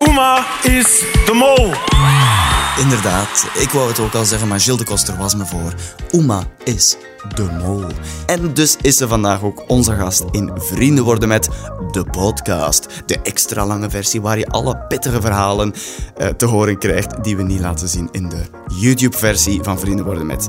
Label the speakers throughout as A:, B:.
A: Buma is de mol.
B: Inderdaad, ik wou het ook al zeggen, maar Gilles de Koster was me voor. Uma is de mol. En dus is ze vandaag ook onze gast in Vrienden worden met de podcast. De extra lange versie waar je alle pittige verhalen eh, te horen krijgt die we niet laten zien in de YouTube-versie van Vrienden worden met.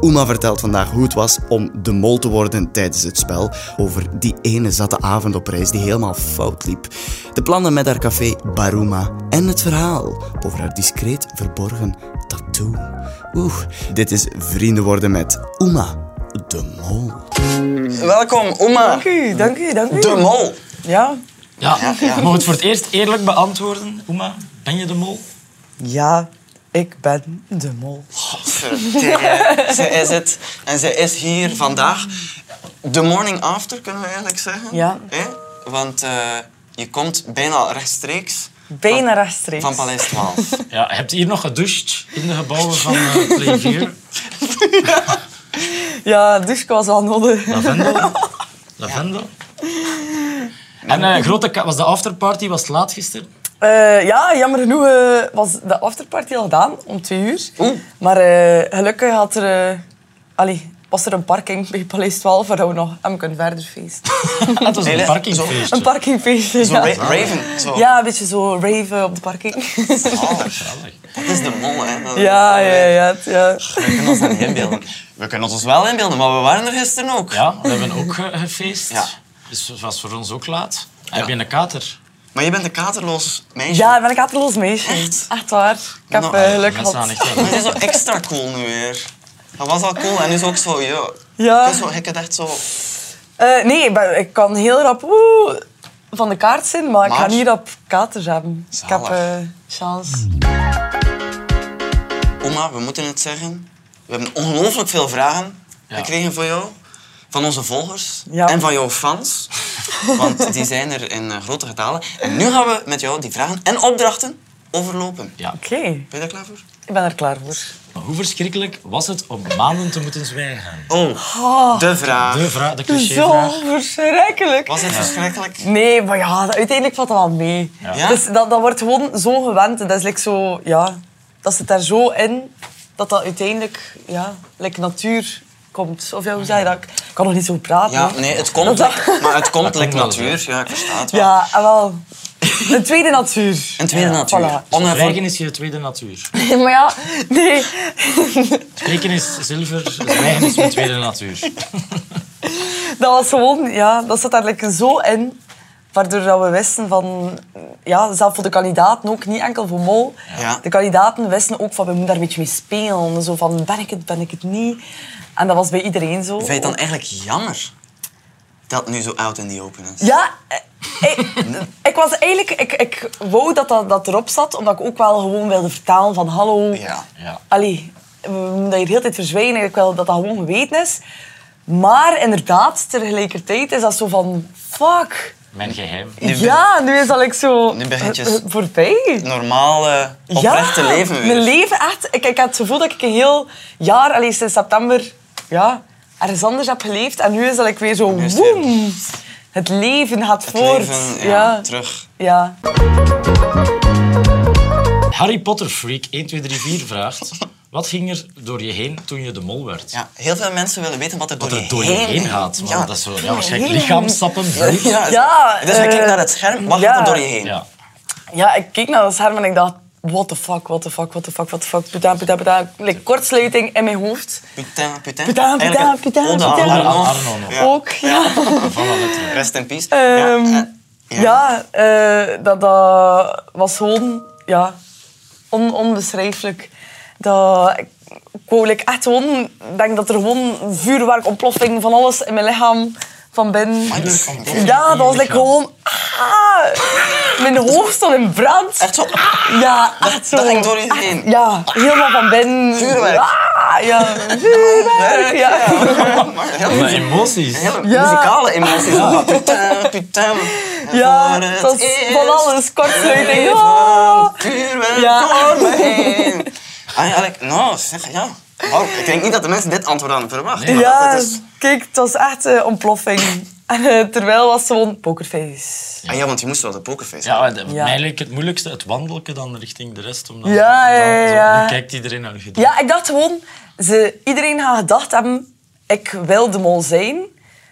B: Uma vertelt vandaag hoe het was om de mol te worden tijdens het spel. Over die ene zatte avond op reis die helemaal fout liep. De plannen met haar café Baruma. En het verhaal over haar discreet verborgen tattoo. Oeh, dit is Vrienden worden met Uma de Mol.
C: Welkom, Oma.
D: Dank u, dank u, dank u.
C: De mol.
D: Ja.
E: Ja, maar het voor het eerst eerlijk beantwoorden. Oema, ben je de mol?
D: Ja, ik ben de mol.
C: Godverdikke. ze is het. En ze is hier vandaag. The morning after, kunnen we eigenlijk zeggen.
D: Ja.
C: Hè? Want eh, je komt bijna rechtstreeks
D: Bijna rechtstreeks.
C: van Paleis 12.
E: Ja, je hebt hier nog gedoucht in de gebouwen van eh Play 4.
D: Ja, dus ik was al nodig.
E: Lavendel. Lavendel. En eh, grote ka- was de afterparty was het laat gisteren.
D: Eh, ja, jammer genoeg eh, was de afterparty al gedaan om twee uur.
C: Oeh.
D: Maar eh, gelukkig had er, eh, allee, was er een parking bij Paleis 12 waar we nog hebben kunnen verder feesten.
E: Het was een
C: Nee,
E: parkingfeestje.
D: Een parkingfeestje,
C: Zo
D: ja.
C: ra- Raven. Zo. Oh.
D: Ja, een beetje zo raven op de parking.
C: Zalig. Dat is de mol, hè. Dat-
D: ja, ja, ja, ja.
C: We kunnen ons dat niet inbeelden. We kunnen het ons wel inbeelden, maar we waren er gisteren ook.
E: Ja, we hebben ook ge- gefeest.
C: Ja.
E: Dus het was voor ons ook laat. Heb je een kater?
C: Maar je bent een katerloos meisje.
D: Ja, ik ben een katerloos meisje.
C: Echt?
D: waar. Ik heb
C: Nou,
D: eh, geluk
E: Mensen aan
D: gehad.
E: echt
C: Maar
E: wel.
C: het is zo extra cool nu weer. Dat was al cool en nu is het ook zo, ja.
D: Ja.
C: Het is zo, ik heb echt zo...
D: Eh, nee, ik, ben- ik kan heel rap oeh, van de kaart zijn, maar, ik
C: Maar-
D: ga niet op katers hebben. Ik heb
C: Zalig. Hmm.
D: eh, chance.
C: Oma, we moeten het zeggen. We hebben ongelooflijk veel vragen
E: Ja.
C: gekregen voor jou. Van onze volgers
D: Ja.
C: en van jouw fans. Want die zijn er in eh, grote getalen. En nu gaan we met jou die vragen en opdrachten overlopen.
E: Ja.
D: Oké,
C: Ben je daar klaar voor?
D: ik ben er klaar voor.
E: Hoe verschrikkelijk was het om maanden te moeten zwijgen?
C: Oh, de vraag.
E: De, vraag, de
D: Zo
E: clichévraag.
D: verschrikkelijk.
C: Was het verschrikkelijk?
D: Nee, maar ja, dat- uiteindelijk valt dat wel mee.
C: Ja?
D: Dus dat, dat wordt gewoon zo gewend. En dat is like zo, ja, dat zit daar zo in dat dat uiteindelijk ja, like natuur komt. Of ja, hoe zei je dat? Ik kan nog niet zo praten.
C: Ja,
D: hoor.
C: nee, het komt.
D: Dat-
C: lek- maar het komt lek
E: komt wel,
C: natuur. Ja, ik versta het wel.
D: Ja, en wel. Een tweede natuur.
C: Een tweede
D: Ja,
C: natuur.
D: voilà.
C: Onhervol-
E: Zwijgen is je tweede natuur.
D: Maar ja, nee.
E: Spreken is zilver, zwijgen is mijn tweede natuur.
D: Dat was gewoon, ja, dat zat daar lekker zo in. Waardoor dat we wisten van, ja, zelf voor de kandidaten ook, niet enkel voor Mol.
C: Ja.
D: De kandidaten wisten ook van, we moeten daar een beetje mee spelen. Zo van, ben ik het, ben ik het niet? En dat was bij iedereen zo.
C: Vind je het dan eigenlijk jammer dat het nu zo out in the open is?
D: Ja, eh, ik, ik was eigenlijk, ik, ik wou dat, dat dat erop zat, omdat ik ook wel gewoon wilde vertalen van, hallo,
C: Ja.
E: Ja.
D: Allee, we moeten dat hier de hele tijd verzwijgen. Ik wil dat dat gewoon geweten is. Maar inderdaad, tegelijkertijd is dat zo van... Fuck.
E: Mijn geheim.
C: Nu
D: ja, nu is dat ik zo...
C: Nu begint je-
D: eh, eh, Voorbij.
C: Normale, eh, oprechte
D: ja,
C: leven weer.
D: mijn leven echt. Ik, ik had het gevoel dat ik een heel jaar, allee, sinds september, ja, ergens anders heb geleefd. En nu is dat ik weer zo...
C: nu is het weer-
D: woem, het leven gaat
C: Het
D: voort.
C: leven, ja, terug.
D: ja.
E: Harry Potter Freak 1, 2, 3, 4 vraagt... Wat ging er door je heen toen je de mol werd?
C: Ja, heel veel mensen willen weten wat er
E: Wat
C: door,
E: er door je heen gaat. want
C: Ja.
E: Dat is zo, ja, waarschijnlijk lichaamstappen. bloed.
C: Ja,
D: Ja,
C: dus je
D: eh,
C: kijkt naar het scherm, wat
D: ja.
C: gaat er door je heen?
E: Ja.
D: Ja, ik keek naar dat scherm en ik dacht... What the fuck, what the fuck, what the fuck, what the fuck. Putain, putain, putain. Like, kortsluiting in mijn hoofd.
C: Putain, putain.
D: Putain, putain,
C: Eigenlijk,
D: putain,
C: Ode
D: putain.
C: aan
E: Arno,
C: Arno.
E: Arno nog.
C: Ja.
D: Ook, ja.
C: Rest in peace.
D: Ehm,
C: ja, eh,
D: ja, eh, dat, dat was gewoon ja, on, onbeschrijfelijk. Dat, ik, ik wou like, echt gewoon... Ik denk dat er gewoon vuurwerk, ontploffing van alles in mijn lichaam van binnen...
C: Pff,
D: Ja, dat was like, gewoon... ah, mijn hoofd stond in brand.
C: Echt zo.
D: Ja, echt zo.
C: dat ging door je
D: Echt,
C: heen.
D: Ja, helemaal van binnen.
C: Vuurwerk.
D: Ah, ja, vuurwerk. Ja.
C: Maar heel
E: Maar emoties.
C: Hele
D: Ja.
C: muzikale emoties. Putain, putain.
D: Ja,
C: Voor het
D: dat is
C: eerst
D: van alles. Kortsluiting. Oh.
C: even
D: Ja.
C: Vuurwerk
D: Ja.
C: door me heen. Ah, Eigenlijk, nou, zeg, ja. Wauw, ik denk niet dat dus de mensen dit antwoord hadden verwacht. maar
D: Ja, dus
C: dat is-
D: kijk, het was echt een eh, ontploffing. En eh, terwijl was ze gewoon pokerface.
C: Ah ja, want je moest wel de pokerface
E: Ja, maar de- voor
D: Ja.
E: mij leek het moeilijkste het wandelken dan richting de rest. Omdat
D: Ja, ja,
E: omdat zo-
D: ja.
E: Nu kijkt iedereen naar je.
D: Ja, ik dacht gewoon, ze, iedereen gaat gedacht hebben, ik wil de mol zijn.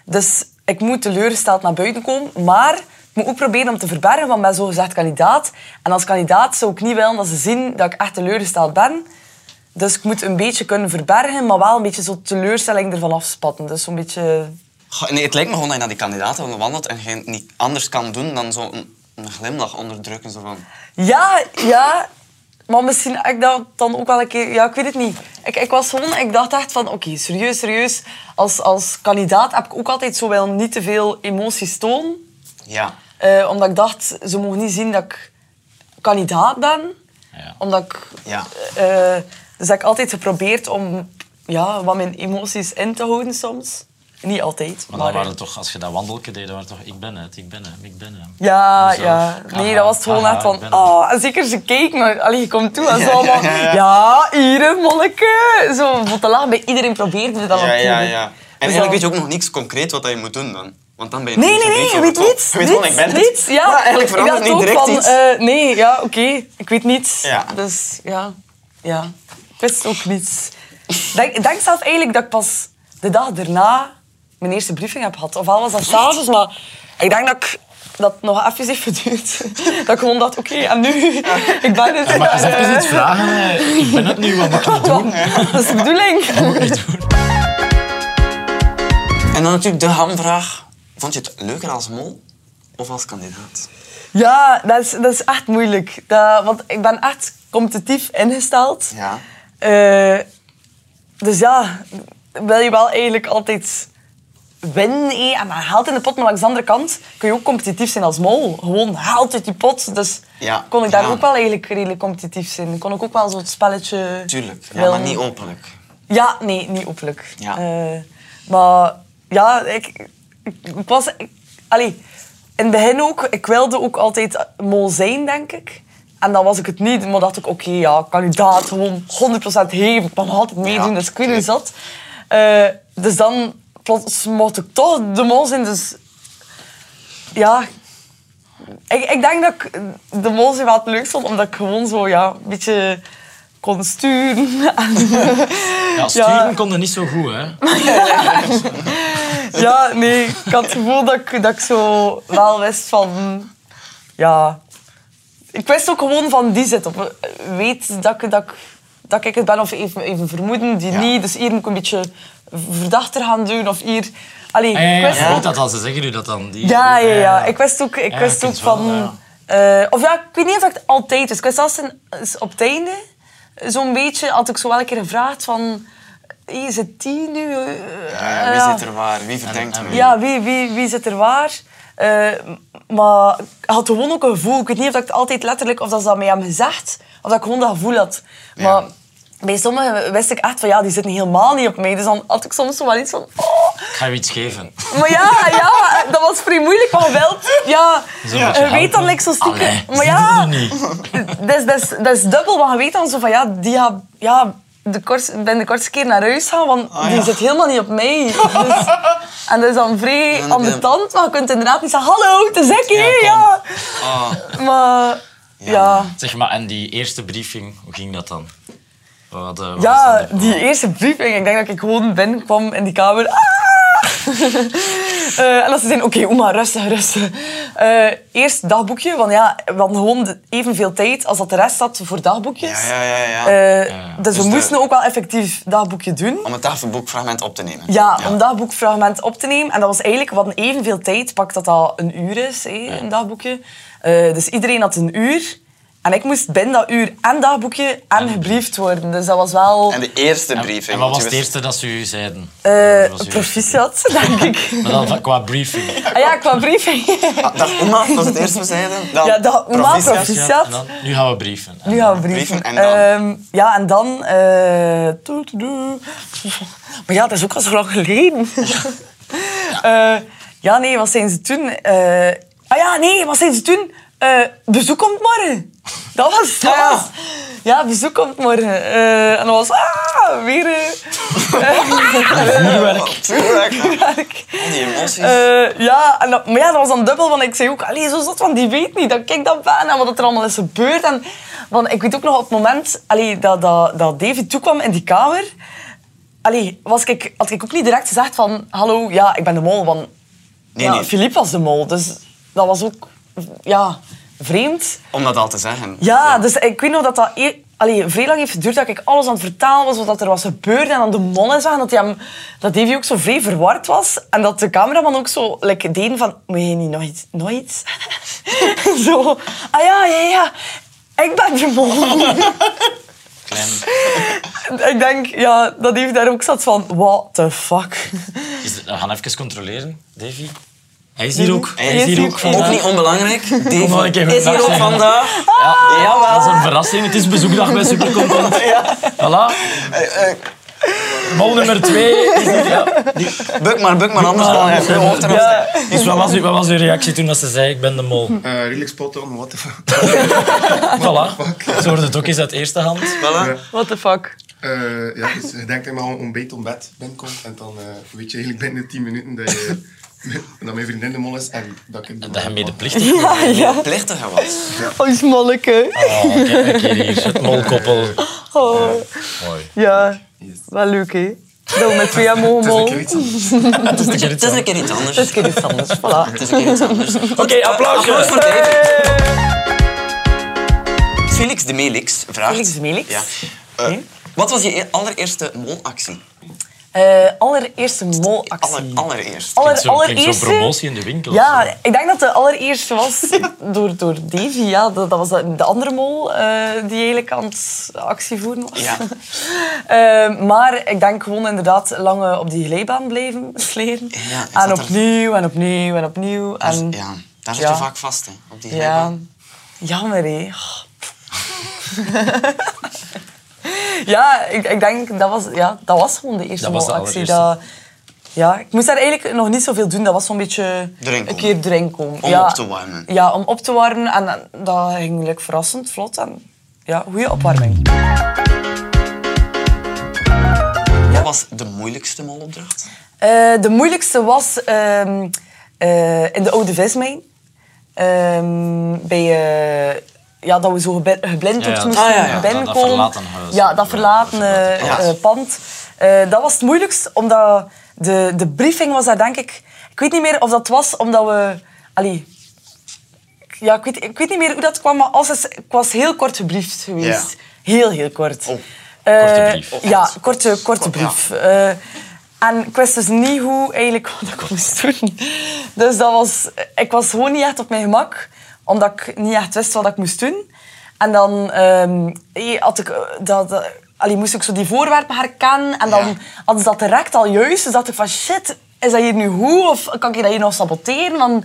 D: Dus ik moet teleurgesteld naar buiten komen. Maar ik moet ook proberen om te verbergen, want ik ben zogezegd kandidaat. En als kandidaat zou ik niet willen dat ze zien dat ik echt teleurgesteld ben. Dus ik moet een beetje kunnen verbergen, maar wel een beetje zo'n teleurstelling ervan afspatten. Dus zo'n beetje...
C: Goh, nee, het lijkt me gewoon dat je naar die kandidaten wandelt en je niet anders kan doen dan zo een, een glimlach onderdrukken. Zo van.
D: Ja, ja. Maar misschien had ik dat dan ook wel een keer... Ja, ik weet het niet. Ik, ik was gewoon... Ik dacht echt van, oké, serieus, serieus. Als, als kandidaat heb ik ook altijd zo wel niet te veel emoties toon.
C: Ja.
D: Eh, omdat ik dacht, ze mogen niet zien dat ik kandidaat ben.
E: Ja.
D: Omdat ik...
C: Ja.
D: eh, dus heb ik altijd geprobeerd om ja, wat mijn emoties in te houden soms. Niet altijd, maar...
E: Maar dan
D: eh,
E: waren het toch, als je dat wandelken deed, dan waren het toch ik ben het, ik ben hem, ik ben hem.
D: Ja,
E: Mezelf.
D: ja.
C: Ah,
D: Nee,
E: Aha,
D: dat was het gewoon
E: aha,
D: echt
E: ik
D: van...
E: ben het.
D: Oh, en zeker ze keek naar... Allee, je komt toe en zo
C: Ja,
D: allemaal...
C: ja,
D: Ja,
C: ja, ja.
D: hier, een monniken. Zo, wat te laag. Bij iedereen probeerde we dat
C: Ja,
D: natuurlijk.
C: ja, ja. En
D: Dus
C: eigenlijk
D: dan-
C: weet je ook nog niks concreet wat je moet doen dan. Want dan ben je
D: Nee,
C: nog
D: nee,
C: niet
D: nee,
C: zo
D: je weet
C: goed.
D: niets.
C: Je weet gewoon,
D: niets,
C: ik ben het.
D: niets, ja.
C: Maar eigenlijk
D: ik
C: verandert
D: dacht
C: niet
D: ook
C: direct
D: van,
C: iets.
D: eh, nee, ja, oké. Ik weet niets.
C: Ja.
D: Dus ja, ja. Ik wist ook niets. Ik denk, ik denk zelf eigenlijk dat ik pas de dag daarna mijn eerste briefing heb gehad. Ofwel was dat s'avonds, maar ik denk dat ik dat het nog even heeft geduurd. Dat ik gewoon dacht, oké, en nu? Ik ben het.
E: Mag je eens even
D: Eh,
E: iets vragen? eh, Ik ben het nu, wat moet ik nu doen?
D: Dat is de bedoeling. eh,
C: En dan natuurlijk de hamvraag. Vond je het leuker als mol of als kandidaat?
D: Ja, dat is, dat is echt moeilijk. Dat, want ik ben echt competitief ingesteld.
C: Ja.
D: Eh, dus ja, wil je wel eigenlijk altijd winnen hé, en maar geld in de pot. Maar langs de andere kant kun je ook competitief zijn als mol. Gewoon geld uit die pot. Dus
C: Ja,
D: kon ik daar
C: ja.
D: ook wel eigenlijk redelijk competitief zijn. Kon ik ook wel zo'n spelletje...
C: Tuurlijk, ja,
D: willen.
C: maar niet openlijk.
D: Ja, nee, niet openlijk.
C: Ja.
D: Eh, maar ja, ik, ik, ik was... Ik, allee, in het begin ook, ik wilde ook altijd mol zijn, denk ik. En dan was ik het niet, maar dacht ik, oké, ja, kandidaat, gewoon 100% hevig. Ik mag altijd meedoen,
C: Ja.
D: dus ik weet niet zat. Eh, dus dan plots mocht ik toch de mol zijn, dus... Ja, ik, ik denk dat ik de mol zijn wel het leukst vond, omdat ik gewoon zo, ja, een beetje kon sturen.
E: Ja, sturen kon dat niet zo goed, hè.
D: Ja, nee, ik had het gevoel dat ik, dat ik zo wel wist van... Ja... Ik wist ook gewoon van die zit op. Weet dat ik, dat ik, dat ik het ben of even, even vermoeden, die
C: Ja.
D: niet. Dus hier moet ik een beetje verdachter gaan doen of hier... Allee,
E: Ah, Ja, ja,
D: ik
E: ja.
D: wist...
E: Ik weet dat al, ze zeggen nu dat dan. Die, eh,
D: Ja, ja, ja. Ik wist ook, ik
E: Ja, ik
D: wist ook
E: vind het wel,
D: van... eh, of ja, ik weet niet of dat ik het altijd wist. Ik wist zelfs in- op het einde, zo'n beetje, had ik zo wel een keer gevraagd van... Hey, is het die nu? Eh,
C: Ja, ja, wie
D: ja.
C: zit er waar? Wie verdenkt
E: en-
C: me?
D: Ja, wie, wie, wie zit er waar? Eh, maar ik had gewoon ook een gevoel. Ik weet niet of dat ik het altijd letterlijk, of dat ze dat mij hebben gezegd, of dat ik gewoon dat gevoel had. Maar bij sommigen wist ik echt van, ja, die zitten helemaal niet op mij. Dus dan had ik soms zo wel iets van, oh.
E: Ik ga je iets geven.
D: Maar ja, ja, dat was vrij moeilijk, maar wel. Ja,
E: Zo'n beetje
D: je Eh, weet dan
E: helpen.
D: niks zo stiekem. maar
E: Allee, dat
D: ja,
E: doe je niet.
D: dat is, dat, is, dat is dubbel, want je weet dan zo van, ja, die gaat... Ja, de kortste- ben de kortste keer naar huis gaan, want
C: Ah,
D: die zit helemaal niet op mij. Dus, en dat is dan vrij
C: ja.
D: ambetant, maar je kunt inderdaad niet zeggen... Hallo, het is Ekkie,
E: Ja, kom.
D: ja.
C: Ah,
D: Maar ja,
E: Zeg maar, en die eerste briefing, hoe ging dat dan? Wat, eh, wat was
D: ja,
E: dan de-
D: die eerste briefing, ik denk dat ik gewoon binnenkwam in die kamer. Ah! Eh, en dat ze zeiden, oké, Oma, rustig, rustig. Eh, eerst dagboekje, want ja, we hadden gewoon evenveel tijd als dat de rest had voor dagboekjes.
C: ja, ja, ja. ja.
D: Eh,
E: ja.
D: Dus, we
C: de-
D: moesten ook wel effectief dagboekje doen.
C: Om het dagboekfragment op te nemen.
D: Ja, om dagboekfragment op te nemen. En dat was eigenlijk, wat evenveel tijd, pak dat dat een uur is, hé, een dagboekje. Eh, dus iedereen had een uur. En ik moest binnen dat uur en dagboekje en gebriefd worden. Dus dat was wel
C: En de eerste briefing.
E: En wat
C: want
E: was
C: je
E: het
C: wist-
E: eerste dat ze u zeiden?
D: eh,
E: Wat was uw
D: proficiat, denk ik.
E: eerste? Maar dan qua briefing.
D: ah ja, qua briefing.
C: Ah, dag Oma was het eerste we zeiden. Dan
D: Ja, dag Oma,
C: proficiat.
D: profi- Proficiat.
E: en dan, nu gaan we brieven. En
D: Nu
E: dan-
D: gaan we brieven.
C: brieven en dan?
D: Ehm, ja, en dan... eh, doe, doe, doe. Maar ja, dat is ook al zo lang geleden. Ja, ja nee, wat zijn ze toen? Eh, ah ja, nee, wat zijn ze toen? Eh, bezoek komt morgen. Dat was... Dat
C: Ah, ja.
D: was Ja, bezoek komt morgen. Eh, en dan was ah, weer... eh,
E: Vuurwerk.
D: werk.
C: Die emoties.
D: Eh, ja, en dat- maar ja, dat was dan dubbel, want ik zei ook, allee, zo zot, want die weet niet. Dan kijk dat bijna, wat er allemaal is gebeurd. En, want ik weet ook nog op het moment allee, dat, dat, dat David toekwam in die kamer, allee, was ik, had ik ook niet direct gezegd van, hallo, ja, ik ben de mol. Want
C: nee,
D: ja,
C: nee.
D: Philippe was de mol, dus dat was ook, ja, vreemd.
C: Om dat al te zeggen.
D: Ja, dus ik weet nog dat dat... e- Allee, vrij lang heeft geduurd dat ik alles aan het vertalen was, wat dat er was gebeurd. En dan de mannen zagen dat, hij hem, dat Davy ook zo vrij verward was. En dat de cameraman ook zo like, deed van... Moet je niet nog iets... Nog iets? zo... Ah ja, ja, ja. Ik ben de mol.
C: Klein.
D: ik denk, ja, dat heeft daar ook zat van... What the fuck?
E: Is het- we gaan even controleren, Davy. Hij is hier ook. Hij is hier ook
C: Ook
E: vandaag.
C: niet onbelangrijk.
E: nog
C: Dave
E: een keer
C: is hier
E: vandaag
C: ook
E: zeggen.
C: vandaag.
E: Ja,
C: Jawel.
E: dat is een verrassing. Het is bezoekdag bij Supercontent. Voilà.
D: Eh,
E: Mol nummer twee. Is het, ja.
C: Buk maar, buk maar, anders dan hij hoofd erop.
E: Ja. Dus wat was, uw, wat was uw reactie toen dat ze zei ik ben de mol?
F: Eh, redelijk spot on, what the fuck.
E: Voilà. Ze hoorde het ook eens uit eerste hand.
C: Voilà.
D: What the fuck?
F: Eh, ja, dus je denkt dat je maar ontbijt ontbed binnenkomt en dan eh, weet je eigenlijk binnen 10 minuten dat, je, dat mijn vriendin de mol is en dat ik het
E: Dat je medeplichtig
D: Ja, ja.
C: Plichtiger was.
D: Oh, die smolleke.
E: Oh, kijk, kijk hier, het molkoppel.
D: Oh.
E: Mooi.
D: Ja, wel leuk, hè? Zo, met twee jaar mogen
F: Het is een
D: mol.
F: keer iets anders.
C: Het is een keer iets anders.
D: Dat is een keer iets anders, voilà.
C: Het is een keer iets anders. Goed,
E: Oké, applausje.
C: Applaus voor Dave. Felix de Melix vraagt...
D: Felix de Melix?
C: Ja. Eh,
D: Nee.
C: Wat was je e- allereerste molactie?
D: Eh, allereerste molactie.
C: Aller, allereerst.
D: Aller-
E: Zo, klinkt zo'n promotie in de winkel. of
D: Ja,
E: zo.
D: ik denk dat de allereerste was door, door Davy. Ja, dat, dat was de de andere mol eh, die eigenlijk aan het actie voeren was.
C: Ja.
D: Eh, maar ik denk gewoon inderdaad lang eh, op die glijbaan blijven sleren.
C: Ja, is dat
D: en
C: er-
D: opnieuw en opnieuw en opnieuw. En...
C: Dus Ja, daar zit
D: Ja.
C: je vaak vast, hè, op die
D: Ja,
C: glijbaan.
D: jammer hé. ja, ik, ik denk dat was, ja, dat was gewoon de eerste
E: Dat was de
D: actie. Dat,
E: allereerste.
D: ja, ik moest daar eigenlijk nog niet zoveel doen. Dat was zo'n beetje
C: Erin
D: een
C: komen.
D: keer erin komen.
C: Om
D: ja,
C: op te warmen.
D: Ja, om op te warmen. En eh, dat ging eigenlijk verrassend vlot. En ja, goede opwarming.
C: Wat was de moeilijkste molopdracht?
D: Eh, de moeilijkste was ehm, eh, in de Oude Vismijn. Ehm, bij, eh, ja, dat we zo gebe- geblind
E: Ja, ja.
D: moesten moesten
C: Ah, ja, ja.
D: binnenkomen.
E: Dat- dat verlaten huis.
D: Ja, dat verlaten
E: Ja,
D: eh,
E: dat
C: verlaten
D: eh, pand. Eh, dat was het moeilijkst, omdat de, de briefing was daar denk ik... Ik weet niet meer of dat was omdat we... Allee, ja, ik, weet, ik weet niet meer hoe dat kwam, maar als het, ik was heel kort gebriefd geweest. Heel, heel kort. Eh,
E: Korte brief.
D: ja, ja, korte, korte brief. Eh, en ik wist dus niet hoe eigenlijk wat ik moest doen. Dus dat was, ik was gewoon niet echt op mijn gemak, omdat ik niet echt wist wat ik moest doen. En dan ehm, eh, had ik, eh, dat, dat- allee, moest ik zo die voorwerpen herkennen. En dan
C: Ja.
D: hadden ze dat direct al juist. Dus dacht ik van shit, is dat hier nu goed? Of kan ik dat hier nog saboteren? Want,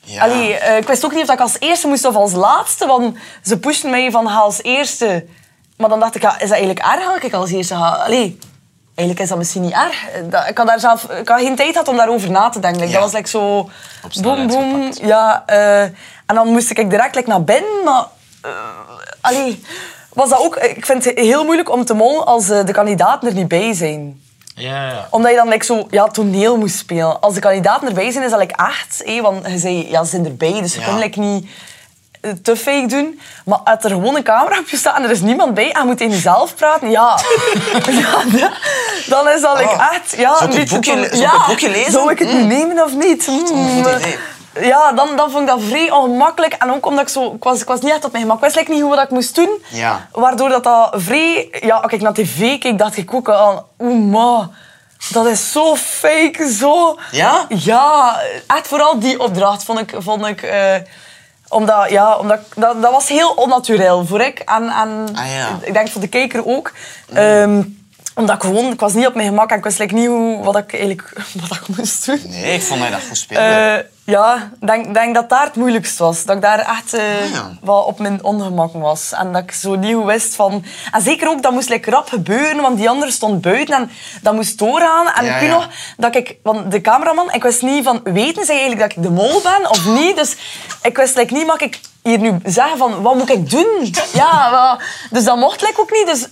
C: Ja.
D: allee, eh, ik wist ook niet of dat ik als eerste moest of als laatste. Want ze pushten mij van ga als eerste. Maar dan dacht ik, ja, is dat eigenlijk erg dat ik als eerste ga? Allee, eigenlijk is dat misschien niet erg. Eh, dat- ik had daar zelf ik had geen tijd gehad om daarover na te denken. Like,
C: Ja.
D: Dat was like, zo... Boom,
E: snelheid
D: boom.
E: gepakt.
D: Ja, eh, en dan moest ik direct like, naar binnen. Maar eh, allee, was dat ook... Ik vind het heel moeilijk om te molen als eh, de kandidaten er niet bij zijn
E: Ja, ja.
D: omdat je dan like, zo, ja, toneel moest spelen. Als de kandidaten erbij zijn, is dat like, echt. Hé, want je zei, ja, ze zijn erbij, dus je
C: Ja.
D: kon like, niet eh, te fake doen. Maar als er gewoon een camera op je staat en er is niemand bij en je moet in jezelf praten, ja. ja da- dan is dat like,
C: Ah,
D: echt... Ja,
C: zou ik het
D: beetje
C: boekje le-
D: ton-
C: zou ik het boekje lezen?
D: Zou ik het nu nemen of niet? Hmm.
C: goed idee.
D: Ja, dan, dan vond ik dat vrij ongemakkelijk. En ook omdat ik zo... Ik was, ik was niet echt op mijn gemak. Ik wist like, niet hoe wat ik moest doen.
C: Ja.
D: Waardoor dat, dat vrij... Ja, als ik naar tv keek, dacht ik ook al... Oeh, ma, dat is zo fake, zo...
C: Ja?
D: Ja, echt vooral die opdracht vond ik... Vond ik eh, omdat, ja, omdat ik- dat, dat was heel onnatuurlijk voor ik en, en
C: Ah, ja.
D: ik denk voor de kijker ook. Ehm, omdat ik gewoon, ik was niet op mijn gemak en ik wist like, niet hoe, wat ik eigenlijk wat ik moest doen.
C: Nee, ik vond dat je dat goed speelde.
D: Eh, ja, ik denk, denk dat daar het moeilijkst was. Dat ik daar echt eh,
C: Ah, ja.
D: wel op mijn ongemak was. En dat ik zo niet goed wist van... En zeker ook, dat moest like, rap gebeuren, want die andere stond buiten en dat moest doorgaan. En
C: Ja,
D: ik weet
C: ja.
D: nog dat ik... Want de cameraman, ik wist niet van... Weten zij eigenlijk dat ik de mol ben of niet? Dus ik wist like, niet, mag ik hier nu zeggen van, wat moet ik doen? Ja, wel, dus dat mocht like, ook niet. Dus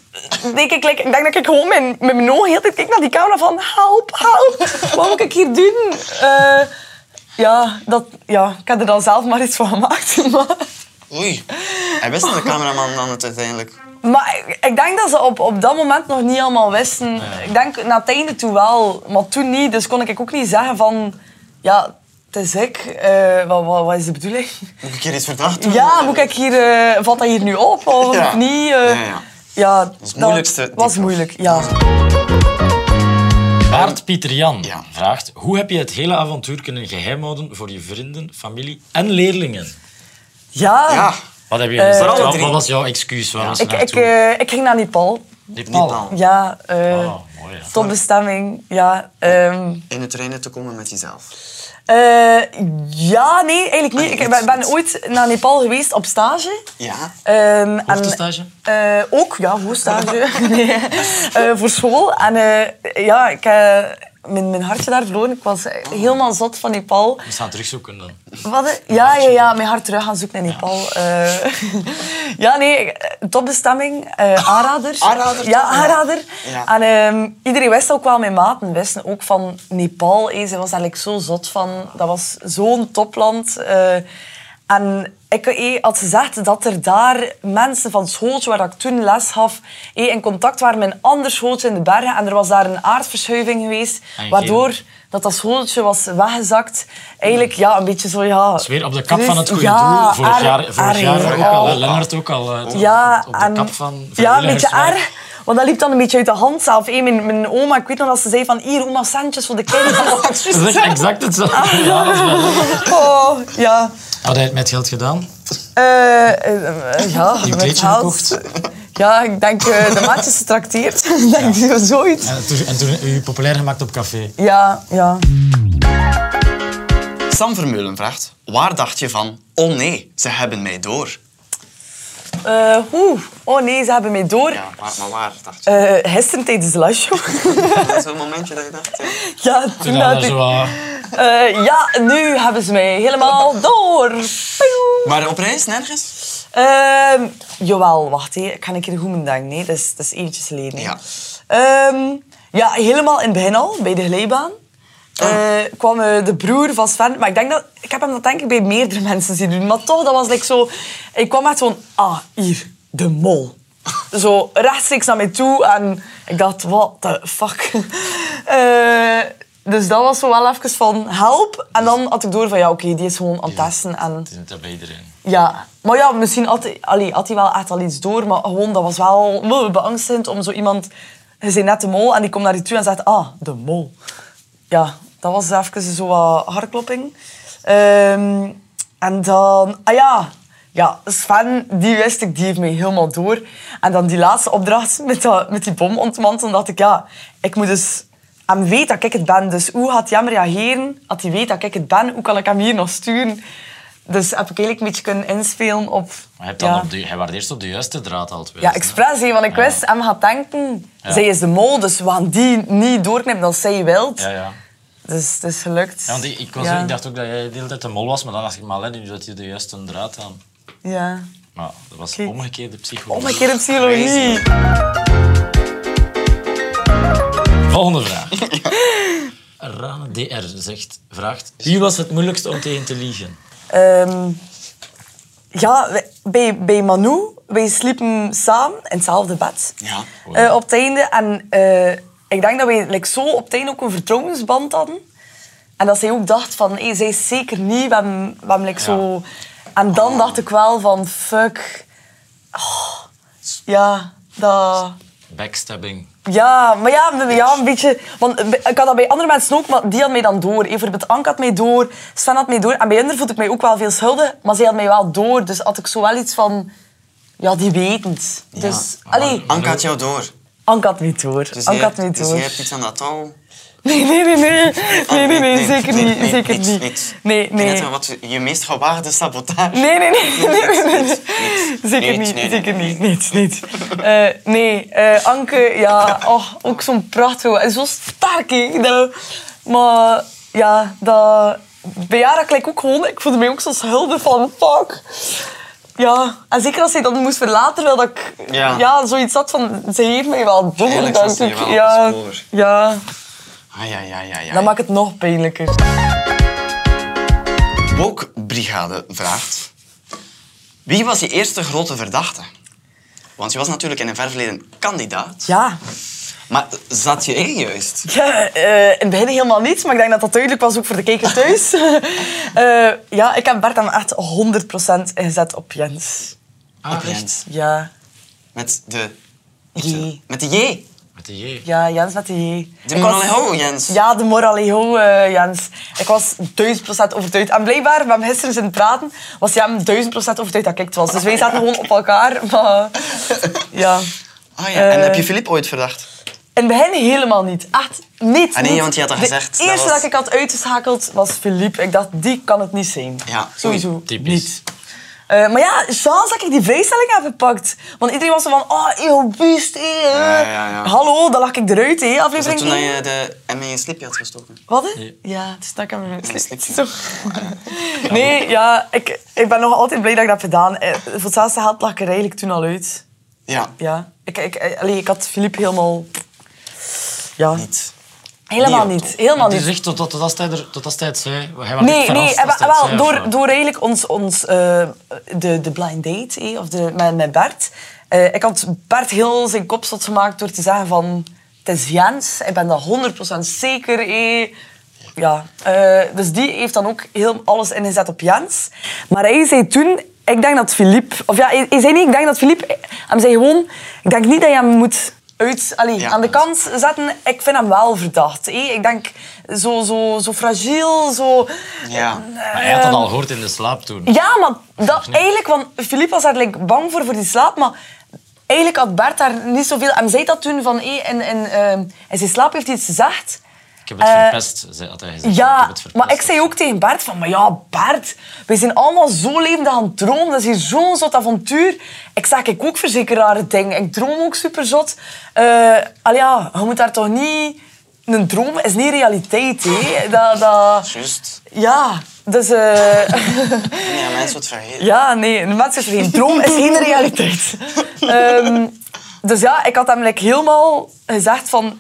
D: denk ik, like, ik denk dat ik gewoon mijn, met mijn ogen heel de tijd keek naar die camera van, help, help, wat moet ik hier doen? Eh, ja, dat, ja, ik heb er dan zelf maar iets van gemaakt. Maar...
C: Oei. Hij wist dat de cameraman dan het uiteindelijk.
D: Maar ik- ik denk dat ze op, op dat moment nog niet allemaal wisten. Ik denk na het einde toe wel, maar toen niet. Dus kon ik ook niet zeggen van... Ja, het is ik. Eh, wat, wat, wat is de bedoeling?
C: Moet ik hier iets verdacht doen?
D: Ja, moet ik hier... eh, valt dat hier nu op of
C: Ja.
D: niet?
C: Ja,
D: Eh,
C: ja.
D: ja,
C: het moeilijkste, die
D: was
C: proef.
D: moeilijk, ja.
E: Aard Pieter Jan
C: Ja.
E: vraagt: Hoe heb je het hele avontuur kunnen geheim houden voor je vrienden, familie en leerlingen?
D: Ja,
C: Ja,
E: Wat heb je
D: Eh,
E: gedaan?
C: Vooral
E: Wat-
C: drie.
E: Wat was jouw excuus? Waar was je
D: ik, ik,
E: naartoe?
D: eh, ik ging naar Nepal.
E: Nepal.
C: Nepal.
D: Ja, eh
E: Oh, mooi, hè.
D: topbestemming. Ja, ehm,
C: In het reinen te komen met jezelf.
D: eh, ja, nee, eigenlijk niet.
C: nee,
D: Ik
C: Ah, iets-
D: ben, ben
C: iets.
D: ooit naar Nepal geweest op stage.
C: Ja.
D: Ehm, en-
E: Hoogtestage?
D: Eh, ook, ja, hoofdstage. nee. Eh, voor school. En eh, ja, ik heb mijn, mijn hartje daar verloren. Ik was eh, helemaal zot van Nepal.
E: We gaan terugzoeken dan.
D: Wat, eh, ja, ja, ja, mijn hart terug gaan zoeken naar Nepal. Ja, ja nee, eh, topbestemming. eh aanrader.
C: Aanrader,
D: Ja,
C: toch? Ja.
D: aanrader.
C: Ja.
D: En ehm, iedereen wist ook wel, mijn maten wisten ook van Nepal. eh, ze was eigenlijk zo zot van. Dat was zo'n topland. eh. en ik eh, had gezegd dat er daar mensen van het schooltje waar ik toen les gaf, eh, in contact waren met een ander schooltje in de bergen. En er was daar een aardverschuiving geweest,
E: geen-
D: waardoor dat dat schooltje was weggezakt. Eigenlijk, ja, een beetje zo, ja...
E: Dat is weer op de kap
D: Dus,
E: van het goede
D: ja,
E: doel. Vorig
D: ar-
E: jaar, vorig
D: ar-
E: jaar ook al. hè.
D: ja.
E: Lennart ook al. eh, toch?
D: Ja,
E: op, op de
D: en-
E: kap van van
D: Ja, een
E: Willem
D: beetje
E: Hertzberg.
D: ar. Want dat liep dan een beetje uit de hand zelf. hè. Mijn, mijn oma, ik weet nog dat ze zei van... Hier, oma, centjes voor de
E: Dat is
D: kinderen.
E: echt exact hetzelfde. Ja, dat is wel-
D: oh, ja.
E: Had hij het met geld gedaan?
D: Eh, eh, eh, ja,
E: Je
D: met
E: kleedje
D: haat.
E: gekocht?
D: Ja, ik denk eh, de maatjes getrakteerd. Ik denk zoiets.
E: En toen, en toen u populair gemaakt op café.
D: Ja, ja.
C: Sam Vermeulen vraagt: Waar dacht je van? Oh nee, ze hebben mij door.
D: Eh, oeh. Oh nee, ze hebben mij door.
C: Ja, maar, maar waar dacht je?
D: Eh gisteren tijdens de liveshow.
C: Dat is zo'n momentje dat je dacht. eh,
D: Nou, ja,
E: Toen
D: toen
E: had hij
D: had ik...
E: zo wat-
D: Eh, ja, nu hebben ze mij helemaal door. Pioe.
C: Maar op reis, nergens?
D: Ehm, jawel, wacht hé. Ik ga een keer goed mijn dag. Nee, dat is, dat is eventjes geleden. hè.
C: Ja.
D: Ehm, ja, helemaal in het begin al, bij de glijbaan. eh, kwam eh, de broer van Sven. Maar ik, denk dat, ik heb hem dat denk ik bij meerdere mensen zien doen. Maar toch, dat was like zo... Ik kwam echt zo'n... Ah, hier, de mol. Zo rechtstreeks naar mij toe. En ik dacht, what the fuck. Eh, dus dat was zo wel even van help. En dan had ik door van, ja, oké, die is gewoon aan het testen. En
E: Het is net bij iedereen.
D: ja, maar ja, misschien had, hij- allee, had hij wel echt al iets door, maar gewoon, dat was wel wow, beangstigend om zo iemand... Je zei net de mol en die komt naar je toe en zegt, ah, de mol. Ja, dat was even zo wat hartklopping. Ehm, en dan, ah ja, ja, Sven, die wist ik, die heeft mij helemaal door. En dan die laatste opdracht met, dat, met die bom ontmantelen, dacht ik, ja, ik moet dus... En weet dat ik het ben, dus hoe gaat hij hem reageren? Als hij weet dat ik het ben, hoe kan ik hem hier nog sturen? Dus heb ik eigenlijk een beetje kunnen inspelen op...
E: Maar hij, hebt dan
D: ja.
E: op de, hij was eerst op de juiste draad al twee.
D: Ja, expres, hè, want ik wist, hem gaat denken, zij is de mol, dus we gaan die niet doorknippen als zij wilt.
E: Ja, ja.
D: Dus het is gelukt.
E: Ja, want ik, ik, was,
D: Ja.
E: ik dacht ook dat jij de hele tijd de mol was, maar dan dacht ik, maar let nu dat je de juiste draad aan.
D: Ja. Oh
E: Maar dat was
D: Kijk.
E: omgekeerde psychologie.
D: Omgekeerde psychologie.
E: Volgende vraag. Rane DR zegt, vraagt, wie was het moeilijkste om tegen te liegen?
D: Ehm, ja, wij- bij, bij Manu, wij sliepen samen in hetzelfde bed.
C: Ja.
D: Eh, op het einde. En eh, ik denk dat wij like, zo op het einde ook een vertrouwensband hadden. En dat zij ook dacht van, hé, zij is zeker niet. We hebben, we hebben, like, zo... En
E: Oh.
D: dan dacht ik wel van, fuck. Oh, ja, dat...
E: Backstabbing.
D: Ja, maar ja, m- ja, een beetje. Want ik had dat bij andere mensen ook, maar die had mij dan door. Eh, Bijvoorbeeld Anke had mij door, Sven had mij door. En bij anderen voelde ik mij ook wel veel schuldig, maar zij had mij wel door. Dus had ik zo wel iets van... Ja, die weten het. Dus, allee,
C: Anke had jou door.
D: Anke had mij door.
C: Dus
D: Anke
C: jij-
D: had mij
C: dus
D: door.
C: jij hebt iets aan dat touw. Ah,
D: Nee, nee, nee, nee. Nee, nee, nee,
C: nee,
D: zeker
C: nee,
D: niet.
C: nee,
D: Zeker
C: niks,
D: niet.
C: niks.
D: Nee,
C: Ik weet
D: nee.
C: net wel wat je meest gewaagde sabotage.
D: Nee, nee, nee. nee, nee, nee. Zeker
C: Niets,
D: niet,
C: nee,
D: zeker niet. Niets, niet. Eh, nee, eh, Anke, ja, oh, ook zo'n prachtige. En zo sterk, hè. Dat- Maar ja, dat... Bij haar, ik ook gewoon... Ik voelde mij ook zo schuldig van, fuck. Ja, en zeker als hij dat moest verlaten, terwijl dat ik
C: Ja.
D: ja. zoiets had van, ze heeft mij wel dom,
C: Eigenlijk was
D: denk
C: hij
D: ik.
C: wel
D: Ja,
C: spoor.
D: ja,
C: Ah, ja, ja, ja, ja.
D: dat maakt het nog pijnlijker.
C: Wokbrigade vraagt... Wie was je eerste grote verdachte? Want je was natuurlijk in een ver verleden kandidaat.
D: Ja,
C: Maar zat je in juist?
D: ja eh, in het begin helemaal niet, maar ik denk dat dat duidelijk was ook voor de kijker thuis. Eh, ja, ik heb Bert hem echt 100% ingezet op Jens.
E: Ah, echt?
C: Jens.
D: Ja,
C: Met de...
D: J.
C: Met de J.
E: Met de J.
D: Ja, Jens met de J.
C: De
D: Ik was-
C: Moralejo, Jens.
D: Ja, de Moralejo, eh, Jens. Ik was duizend procent overtuigd. En blijkbaar, we hebben gisteren zitten praten, was hij hem duizend procent overtuigd dat ik het was. Dus wij zaten gewoon op elkaar. Maar ja.
C: Ah ja, en
D: Eh.
C: heb je Filip ooit verdacht?
D: In het begin helemaal niet. Echt niet.
C: Ah nee,
D: niet.
C: want je had al
D: De
C: gezegd, dat
D: eerste dat,
C: was-
D: ik had uitgeschakeld was Philippe. Ik dacht, die kan het niet zijn.
C: Ja,
D: Sowieso.
E: Typisch.
D: Niet. Eh, maar ja, chance dat ik die vrijstelling heb gepakt. Want iedereen was zo van, oh, eeuw, beest, eh.
C: Ja, ja, ja.
D: Hallo, dan lag ik eruit, hè,
C: Was dat
D: aflevering
C: toen dat
D: één.
C: je de M in je slipje had gestoken?
D: Wat? hè? Ja, het stak aan mijn
C: Een slipje.
D: Zo. Nee, ja, ik, ik ben nog altijd blij dat ik dat heb gedaan. Eh, Voor hetzelfde geld lag ik er eigenlijk toen al uit.
C: Ja.
D: Ja. Ik, ik, eh, allee, ik had Filip helemaal... Ja.
C: Niet.
D: Helemaal
C: Nee,
D: niet. Helemaal
E: Die
D: niet.
E: zegt tot, tot, tot als hij er, tot als hij het zei. Hij was niet
D: Nee, nee.
E: verrast
D: eh,
E: als hij het
D: wel,
E: zei, of
D: door,
E: wat?
D: door eigenlijk ons, ons, eh, de, de blind date eh, of de, met, met Bert. Eh, ik had Bert heel zijn kop zot gemaakt door te zeggen van... Het is Jens, ik ben dat 100% zeker. eh." Ja, eh, dus die heeft dan ook heel alles ingezet op Jens. Maar hij zei toen, ik denk dat Philippe... Of ja, hij, hij zei niet, ik denk dat Philippe... Hij zei gewoon, ik denk niet dat je hem moet uit, allee,
C: Ja.
D: aan de kant zetten. Ik vind hem wel verdacht. hè. Ik denk, zo, zo, zo fragiel, zo... eh,
C: Ja.
E: Maar hij had dat al gehoord in de slaap toen.
D: Ja, maar dat, eigenlijk, want Philippe was eigenlijk bang voor, voor die slaap, maar eigenlijk had Bert daar niet zoveel... Hij zei dat toen van, hé, en, en, ehm, in zijn slaap heeft hij iets gezegd.
E: Ik heb het
D: Eh,
E: verpest, zei- had hij gezegd. ik heb
D: Ja,
E: het verpest.
D: maar ik zei ook tegen Bert van, maar ja, Bert, wij zijn allemaal zo levendig aan het dromen. Dat is hier zo'n zot avontuur. Ik zeg, ik ook verzekerare dingen. Ik droom ook super zot. al ja, je moet daar toch niet... Een droom is niet realiteit, hè. Dat, dat...
C: Juist.
D: Ja, dus... eh,
C: Ja, mensen wat vergeten.
D: Ja, nee, een mens is geen droom, is geen realiteit. Ehm, dus ja, ik had hem like, helemaal gezegd van,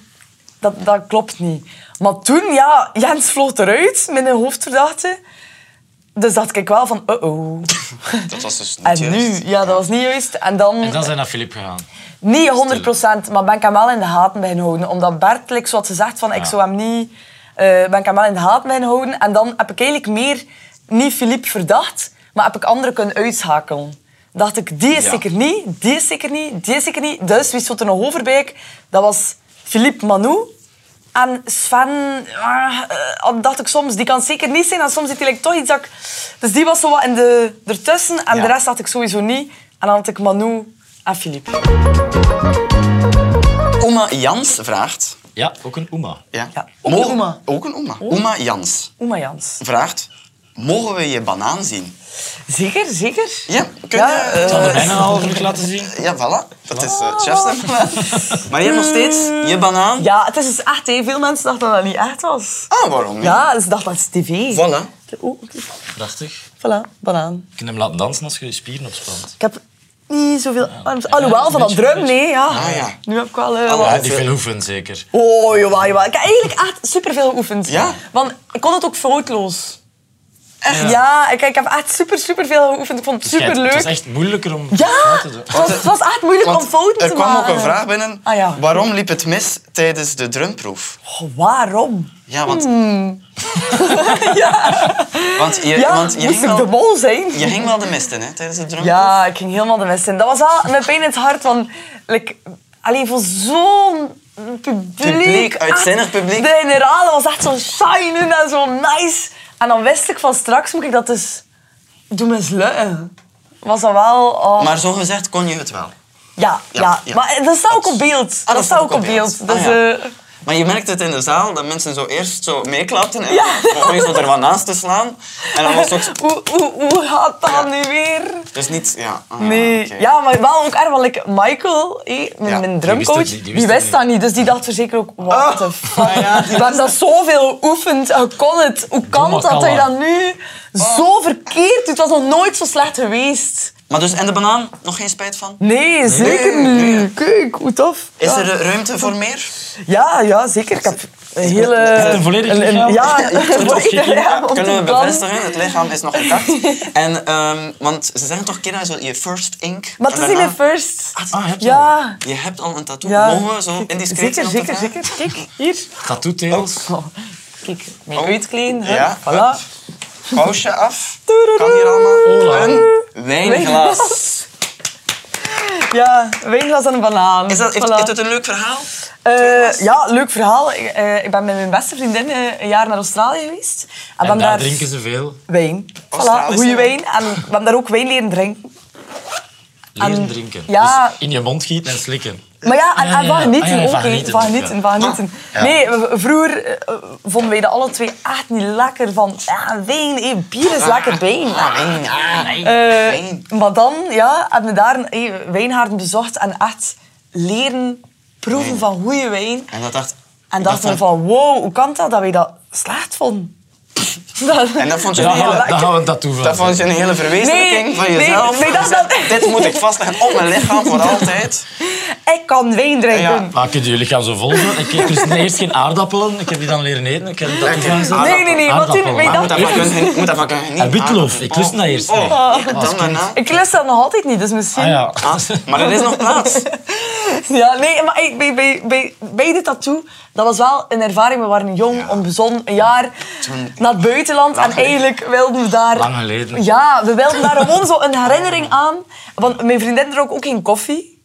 D: dat, dat klopt niet. Maar toen, ja, Jens vloog eruit, mijn hoofdverdachte. Dus dacht ik wel van, uh-oh.
C: Dat was dus niet
D: En
C: juist.
D: nu, ja, dat was niet juist. En
E: En
D: dan,
E: dan zijn we naar Filip gegaan.
D: niet 100 maar ben ik hem wel in de haten bij houden. Omdat Bert, like, zoals ze zegt, van, ik zou hem niet... eh, ben ik hem wel in de haten bij houden. En dan heb ik eigenlijk meer niet Philippe verdacht, maar heb ik anderen kunnen uitschakelen. Dacht ik, die is
C: Ja.
D: zeker niet, die is zeker niet, die is zeker niet. Dus wie stond er nog over bij? ik? Dat was Philippe Manou. En Sven, ah, eh, dacht ik soms, die kan zeker niet zijn. En soms zit hij like, toch iets dat ik... Dus die was zo wat in de, ertussen. En
C: Ja.
D: de rest had ik sowieso niet. En dan had ik Manou en Philippe.
C: Oma Jans vraagt...
E: Ja, ook een Oema.
C: Ja.
D: Ja, ook een
C: Mogen-
D: oma.
C: Ook een oma. Oma Jans
D: Oema Jans.
C: vraagt... Mogen we je banaan zien?
D: Zeker, zeker.
C: Ja, kun je...
D: Ja,
C: eh,
E: Ik zal de bijna al terug laten zien.
C: ja, voilà. Dat is uh, chefstep. maar je hebt nog steeds je banaan.
D: Ah, Ja, het is dus echt. Hè. Veel mensen dachten dat dat niet echt was.
C: Ah, waarom niet?
D: Ja, ze dachten dat is tv.
C: Voilà.
D: Oeh, oh, oké.
E: Prachtig.
D: voilà, banaan.
E: Je kunt hem laten dansen als je je spieren opspant.
D: Ik heb niet zoveel arms.
E: Ja,
D: Alhoewel,
E: een
D: van dat
E: beetje,
D: drum,
E: een beetje.
D: nee. Ja.
C: Ah, ja.
D: Nu heb ik wel... eh,
C: Ah,
D: wat-
E: Ja,
C: Of,
E: die
C: eh,
E: veel oefen zeker.
D: Oh, jawel, jawel. Ik heb eigenlijk echt superveel geoefend.
C: Ja?
D: Want ik kon het ook foutloos.
C: Echt?
D: Ja, ik, ik heb echt super, super veel geoefend. Ik vond het super
E: Kijk, Dus Het
D: leuk.
E: was echt moeilijker om
D: Ja,
E: te doen.
D: het was, het was echt moeilijk om fouten te
C: er
D: maken.
C: kwam ook een vraag binnen.
D: Ah, ja.
C: Waarom liep het mis tijdens de drumproef?
D: Oh, waarom?
C: Ja, want... Want je,
D: Hmm. Ja,
C: want je,
D: moest
C: ging
D: ik de
C: wel,
D: mol zijn?
C: je ging wel de mist in, hè, tijdens de drumproef.
D: Ja, ik ging helemaal de mist in. Dat was al met pijn in het hart, want like, alleen voor zo'n publiek...
C: Publiek, uitzinnig
D: echt,
C: publiek.
D: De generale was echt zo shine en zo nice. En dan wist ik van straks moet ik dat dus doen mislukken. Was dat wel... oh.
C: Maar zo gezegd kon je het wel.
D: ja, ja,
C: ja, ja.
D: Maar dat staat ook op beeld. dat,
C: dat
D: staat ook op beeld. Dus,
C: Ah, ja.
D: eh,
C: Maar je merkte het in de zaal, dat mensen zo eerst zo meeklapten. En
D: Ja.
C: opeens zat er wat naast te slaan. En dan was het ook...
D: hoe, hoe, hoe gaat dat nu weer?
C: Dus niet... Ja. ah,
D: Nee,
C: oké.
D: ja, maar wel ook erg, want like, Michael, eh, mijn,
C: Ja,
D: mijn
E: die wist
D: drumcoach, die
E: het
D: wist,
E: niet, die wist het
D: dat niet. Dus die dacht zeker ook, what the fuck. We hebben dat zoveel oefend, je kon het. Hoe kan
E: maar
D: dat dat je dat
E: kalm.
D: nu zo verkeerd doet? Het was nog nooit zo slecht geweest.
C: Maar dus, en de banaan? Nog geen spijt van?
D: Nee, zeker niet. Kijk, hoe tof.
C: Is
D: ja.
C: er eh, ruimte voor meer?
D: ja, ja, zeker. Ik heb een hele...
E: het een volledig lichaam?
D: Ja,
E: Ja,
D: een volledig lichaam om
C: Kunnen
D: te
C: we
D: plannen.
C: bevestigen, het lichaam is nog intact. En, ehm, want ze zeggen toch, Kira, zo, je first ink.
D: Maar het is
C: en
D: niet
C: daarna-
D: mijn first.
E: Ah, heb je al?
D: Ja,
C: Je hebt al een tattoo.
D: ja.
C: Mogen we zo indiscreet
D: Zeker,
C: zijn om te
D: zeker,
C: vragen?
D: zeker. Kijk, hier.
E: Tattoo tails.
D: Oh, kijk, mijn
C: Oh.
D: uitkleen. hè.
C: Ja.
D: Voilà.
C: Pausje af. Kan hier allemaal
E: Hola.
C: een wijnglas.
D: Ja, wijnglas en een banaan.
C: Is, dat, is,
D: Voilà.
C: is het een leuk verhaal?
D: Eh, ja, leuk verhaal. Ik, eh, ik ben met mijn beste vriendin eh, een jaar naar Australië geweest. En, we
E: En
D: hebben
E: daar drinken ze veel.
D: wijn. Voilà,
C: Australische
D: goede
C: wijn.
D: wijn. En we hebben daar ook wijn leren drinken.
E: Leren
D: En-
E: drinken.
D: ja.
E: Dus in je mond gieten en slikken.
D: Maar ja, en,
E: Ah, ja,
D: en van
E: ja.
D: genieten
E: Ah, ja,
D: ook.
E: van
D: hè.
E: genieten,
D: Van genieten,
E: ja.
D: van genieten. Nee, we- vroeger eh, eh, vonden wij dat alle twee echt niet lekker. Van, ja, wijn, hé, bier is lekker wijn.
C: Ah,
E: Ah,
C: Wijn.
D: Eh,
C: Wijn.
D: maar dan ja, hebben we daar hé, wijnhaarden bezocht en echt leren proeven van goede wijn.
C: En dat dacht...
D: En dachten we van, wow, hoe kan dat dat wij dat slecht vonden? Dat-
C: En dat vond je
E: Daar
C: een
E: gaan, we-
C: hele...
E: daar gaan we een tattoo van.
C: Dat vond je een hele verwezenlijking
D: Nee,
C: van
D: nee,
C: jezelf.
D: nee, dat is dat-
C: Dit moet ik vastleggen op mijn lichaam voor altijd.
D: Ik kan wijn
C: Ja.
D: drinken.
E: Maak je jullie gaan zo vol doen. Ik heb dus eerst geen aardappelen. Ik heb die dan leren eten. Ik heb een tattoo van. gezet.
D: Nee, nee, nee, want toen-
E: Aardappelen.
D: wij
C: Ik moet
D: dachten-
C: daarvan kunnen, ik moet daarvan kunnen genieten.
E: En witloof. Ah, Ik lust dat eerst
C: Oh,
E: niet.
C: oh. dan daarna.
D: Ik lust dat nog altijd niet, dus misschien...
E: Ah ja.
C: Ah, maar er is nog plaats.
D: Ja, nee, maar ik, bij, bij, bij, bij de tattoo, dat was wel een ervaring. We waren jong, onbezonnen, een jaar naar het buitenland. En eigenlijk wilden we daar...
E: Lang geleden.
D: Ja, we wilden daar gewoon zo een herinnering aan. Want mijn vriendin dronk ook geen koffie.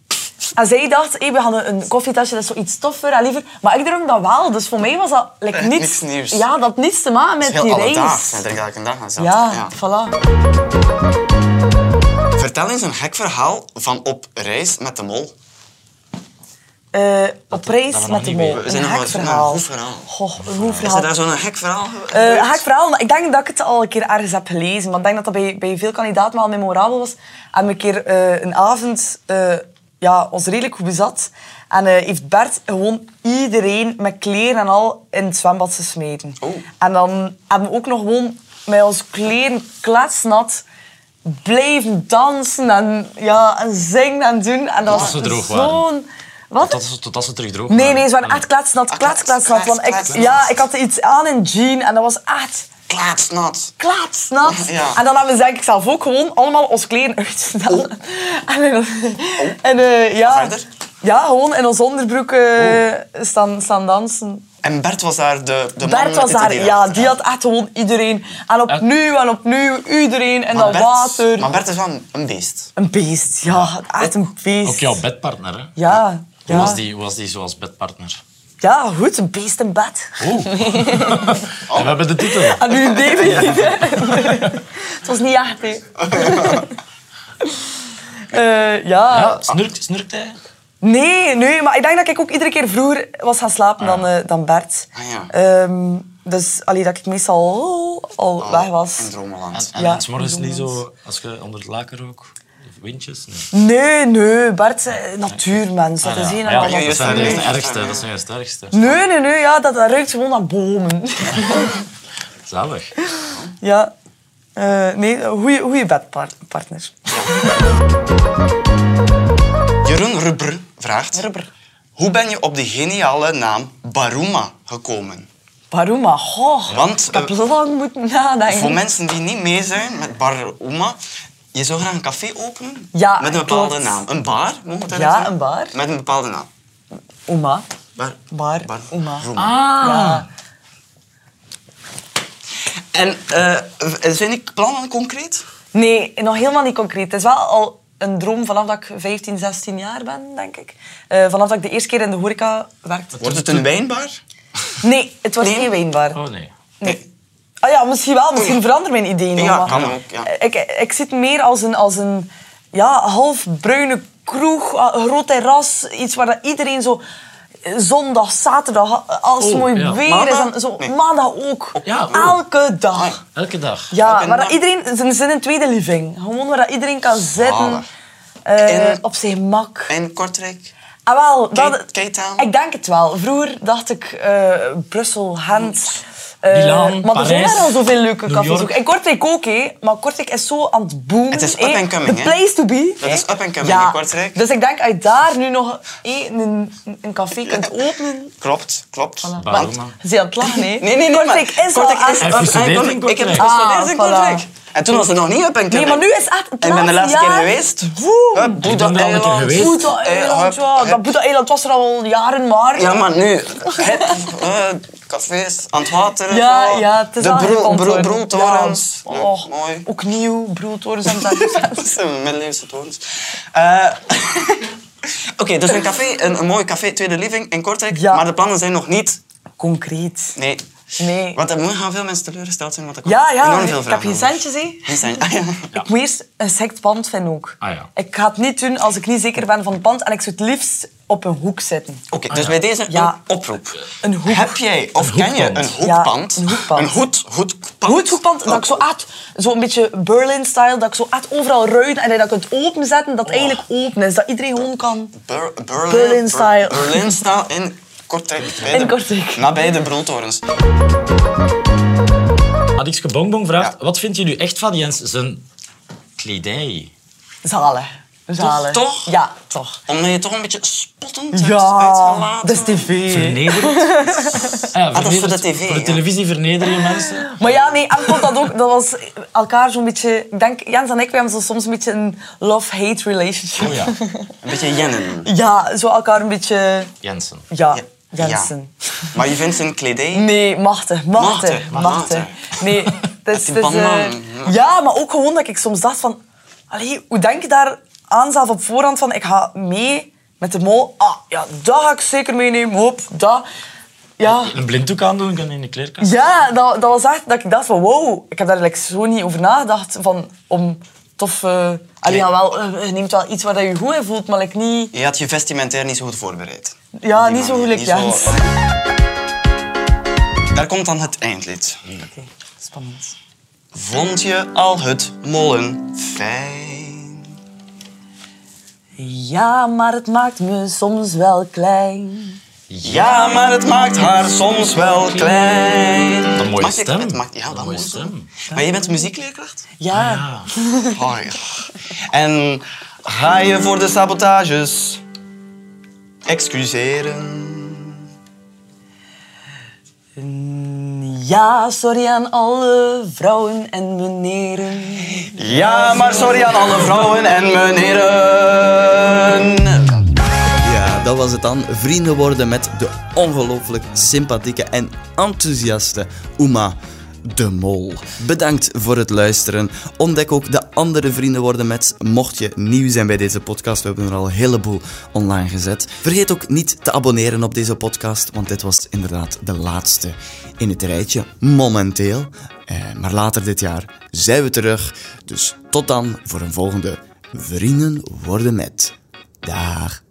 D: En zij dacht, hey, we gaan een- een koffietasje, dat is zoiets toffer en liever. Maar ik dronk dat wel, dus voor mij was dat like, niets,
C: niks nieuws.
D: Ja, dat had niets te maken met
C: Heel
D: die
C: alledaags. Ik
D: reis.
C: denk dat ik een dag aan zat.
D: Ja,
C: Ja.
D: voilà.
C: Vertel eens een gek verhaal van op reis met de mol.
D: Eh, op reis
E: dat we nog
D: met de
E: niet
D: mol.
E: weten.
C: We
D: Een
C: zijn nog wel-
D: hek verhaal.
C: een goed verhaal.
D: Goh, een goed
C: Is
D: verhaal.
C: er daar zo'n gek verhaal ge-
D: Eh,
C: gebeurd?
D: ga ik verhalen, maar ik denk dat ik het al een keer ergens heb gelezen. Maar ik denk dat dat bij, bij veel kandidaten wel memorabel was. En een keer eh, een avond eh, ja, ons redelijk goed bezat. En eh, heeft Bert gewoon iedereen met kleren en al in het zwembad gesmeten.
C: Oh.
D: En dan hebben we ook nog gewoon met ons kleren kletsnat blijven dansen en, ja, en zingen en doen. En dat
E: Tot ze droog waren.
D: zo'n... Wat?
E: Tot ze- Totdat ze terug droog
D: Nee,
E: waren.
D: nee, ze waren
C: Ah.
D: echt kletsnat, klets, kletsnat. Want ik,
C: klets,
D: ja,
C: klets.
D: ik had iets aan in jean en dat was echt
C: Klaatsnat.
D: klaatsnat.
C: Ja. Oh.
D: En dan hebben we denk ik zelf ook gewoon allemaal ons kleren uitgedaan. En, in- en, eh, ja,
C: Verder?
D: ja, gewoon in ons onderbroek eh, staan, staan dansen.
C: En Bert was daar de, Oh. de man
D: Bert
C: met
D: was
C: dit
D: daar,
C: idee
D: ja,
C: achter.
D: die had echt gewoon iedereen. En opnieuw en opnieuw, iedereen in
C: Maar
D: dat
C: Bert-
D: water.
C: Maar Bert is wel een- een beest.
D: Een beest, ja, echt een beest.
E: Ook jouw bedpartner, hè?
D: Ja, ja.
E: Hoe was die, hoe was die zoals bedpartner?
D: ja, goed, een beest in bed.
E: En we hebben de titel.
D: En nu David. Het was niet echt, hè. Eh,
E: Ja, snurkt, snurkt hij?
D: Nee, nee, maar ik denk dat ik ook iedere keer vroeger was gaan slapen dan, eh, dan Bert.
C: Ah, ja.
D: Ehm, dus allee, dat ik meestal al, al weg
C: In
D: was.
C: Dromeland.
E: En, en
D: Ja,
E: s morgens niet zo, als je onder het laken rookt, of windjes? Nee.
D: Nee, nee, Bert, eh, natuurmens. Dat
E: Ah,
D: is
E: ja.
D: één
E: Ah,
D: en
E: ja,
D: ander.
E: dat zijn
C: Nee.
E: juist de ergste. Dat zijn juist de ergste.
D: Nee, nee, nee, ja, dat, dat ruikt gewoon naar bomen.
E: Zalig.
D: ja. Eh, nee, een goede bedpartner.
C: Jeroen Rubber vraagt...
D: Rubber.
C: Hoe ben je op de geniale naam Baruma gekomen?
D: Baruma, goh.
C: Want,
D: ik heb
C: eh,
D: lang moeten nadenken.
C: Voor mensen die niet mee zijn met Baruma... Je zou graag een café openen
D: Ja,
C: met een bepaalde
D: klopt.
C: naam. Een bar, mogen we dat
D: Ja,
C: zeggen?
D: een bar.
C: Met een bepaalde naam.
D: Oma.
C: Bar.
D: Bar. Ah.
C: Bar-
D: Oma.
C: Roema.
D: Ja.
C: En eh, zijn die plannen concreet?
D: Nee, nog helemaal niet concreet. Het is wel al een droom vanaf dat ik 15, 16 jaar ben, denk ik. Eh, vanaf dat ik de eerste keer in de horeca werkte.
C: Wordt het een wijnbar?
D: Nee, het was geen wijnbar.
E: Oh nee.
C: Nee.
D: Ah ja, misschien wel. Misschien veranderen mijn ideeën nog.
C: Ja,
D: maar-
C: kan ook, ja.
D: Ik, ik zie het meer als een, als een ja, half bruine kroeg, een groot terras. Iets waar dat iedereen zo zondag, zaterdag, als het
E: Oh,
D: mooi
E: ja.
D: weer is.
C: Maandag?
D: En zo,
C: Nee.
D: Maandag ook.
E: Ja, oh.
D: Elke dag.
E: Elke dag.
D: Ja,
C: Elke
D: waar dat
C: dag.
D: iedereen... Ze zijn een tweede living. Gewoon waar dat iedereen kan zitten.
C: Zalig.
D: eh,
C: In-
D: op zijn gemak.
C: In Kortrijk?
D: Ah, wel,
C: Cape-
D: dat,
C: Cape Town?
D: ik denk het wel. Vroeger dacht ik eh, Brussel, Gent, Eh,
E: Milaan,
D: maar er zijn
E: Parijs,
D: daar al zoveel leuke
E: New
D: cafés.
E: York.
D: Ook. En Kortrijk ook, hè. maar Kortrijk is zo aan het boomen.
C: Het is up
D: hè.
C: and coming,
D: The
C: hè.
D: place to be.
C: Dat
D: hè.
C: is up and coming
D: Ja.
C: in Kortrijk.
D: Dus ik denk, als je daar nu nog hè, een, een café kunt openen...
C: Klopt, klopt.
D: Maar,
E: Baroma.
D: ze zijn aan het lachen, hè.
C: Nee, nee, nee.
D: Kortrijk
C: maar-
D: is
C: Kortrijk
D: al aan
C: is
D: het-
E: Hij gestudeerd in
C: Ik heb
E: Kortrijk.
C: gestudeerd in
D: Ah,
C: Kortrijk.
D: voilà.
C: En toen was het nog niet up and coming.
D: Nee, maar nu is echt het
C: En ik ben de laatste
D: laatste
C: keer
D: jaar-
C: geweest.
D: Boem.
C: Hup, Boeddha
E: ben er al een keer
C: Eiland.
E: geweest.
C: Eh,
D: Boeta-eiland,
C: hup,
D: ja.
C: hup.
D: Dat Boeta-eiland was er al jaren, maar...
C: Ja, maar nu, het, eh, cafés, aan het water en
D: Ja,
C: zo.
D: ja, het is
C: De
D: al
C: bro,
D: gekant,
C: bro,
D: hoor.
C: broodtorens.
D: Ja. oh.
C: Leuk,
D: Och,
C: Mooi.
D: Ook nieuw, broodtorens hebben ze daar dus gezet.
C: Dat zijn middeleeuwse torens. Eh, Oké, dus een café, een, een mooi café, Tweede Living in Kortrijk.
D: Ja.
C: Maar de plannen zijn nog niet...
D: Concreet.
C: Nee.
D: Nee.
C: Want er moeten gaan veel mensen teleurgesteld zijn, want er komt
D: Ja, ja,
C: enorm veel
D: ik heb
C: vragen
D: geen
C: over.
D: centjes, hè.
C: Geen cent. Ah, ja.
D: Ik moet eerst een sect pand vinden ook.
E: Ah, ja.
D: Ik ga het niet doen als ik niet zeker ben van het pand en ik zou het liefst op een hoek zitten.
C: Oké, dus bij deze
D: Ah, Ja.
C: een oproep.
D: Een hoek.
C: Heb jij, of
E: Een
C: ken je,
E: hoekpand.
C: een hoekpand?
D: Ja, een hoekpand.
C: Een hoed, hoekpand.
D: Goed hoekpand, dat ik zo echt, zo een beetje Berlin-style, dat ik zo echt overal ruiten en dat je dat kunt openzetten,
C: Oh.
D: dat het eigenlijk open is, dat iedereen gewoon kan.
C: Ber- Berlin,
D: Berlin style.
C: Ber- Berlin style in Kortrijk. bij
D: In
C: de-
D: Kortrijk.
C: Nabij de broodtorens.
E: Adikske Bongbong vraagt,
C: Ja.
E: wat vind je nu echt van Jens zijn kledij?
D: Zalen. Zalen.
C: toch?
D: Ja, toch.
C: Omdat je toch een beetje spottend hebt
D: Ja,
C: uitgelaten.
D: dat is tv.
E: Vernederend? Ah ja,
C: Ah, dat Mm. is voor de
E: vernederend.
C: tv,
E: Voor de
C: ja.
E: televisie verneder je mensen.
D: Maar ja, nee, en vond dat ook, dat was elkaar zo'n beetje... Ik denk, Jens en ik, we hebben zo soms een beetje een love-hate relationship.
E: Oh ja,
C: Een beetje jennen.
D: Ja, zo elkaar een beetje...
E: Jensen.
D: Ja,
C: Ja.
D: Jensen. Mm.
C: Maar je vindt zijn kledij...
D: Nee, machtig, machtig,
C: Machtig,
D: machtig. Nee, het is...
C: Die
D: het is, eh,
C: banaan.
D: ja, maar ook gewoon dat ik soms dacht van... Allee, hoe denk je daar aan zelf op voorhand van... Ik ga mee met de mol. Ah, ja, dat ga ik zeker meenemen. Hop, dat... Ja.
E: Een blinddoek aandoen kan in de kleerkast.
D: Ja, dat, dat was echt dat ik dacht van wow, ik heb daar like, zo niet over nagedacht van om tof. eh allee, ja, wel, eh, je neemt wel iets waar dat je je goed in voelt, maar like, niet,
C: Je had je vestimentair niet zo goed voorbereid.
D: ja,
C: Die
D: niet zo
C: manier,
D: gelukkig.
C: niet
D: Jens.
C: zo- Daar komt dan het eindlied.
D: Oké, spannend.
C: Vond je al het mollen fijn?
D: Ja, maar het maakt me soms wel klein.
C: Ja, maar het maakt haar soms wel klein.
E: Wat Een mooie
C: Mag ik-
E: stem.
C: het maakt- ja,
E: Wat
C: wel
E: een mooie
C: mooi,
E: stem.
C: Maar je bent muziekleerkracht?
D: Ah, Ja,
C: Oh, ja. En ga je voor de sabotages excuseren?
D: ja, sorry aan alle vrouwen en meneren.
C: Ja, maar sorry aan alle vrouwen en meneren.
B: Ja, dat was het dan. Vrienden worden met de ongelooflijk sympathieke en enthousiaste Uma de Mol. Bedankt voor het luisteren. Ontdek ook de andere Vrienden worden met. Mocht je nieuw zijn bij deze podcast, we hebben er al een heleboel online gezet. Vergeet ook niet te abonneren op deze podcast, want dit was inderdaad de laatste in het rijtje. Momenteel. Eh, maar later dit jaar zijn we terug. Dus tot dan voor een volgende Vrienden worden met. Dag.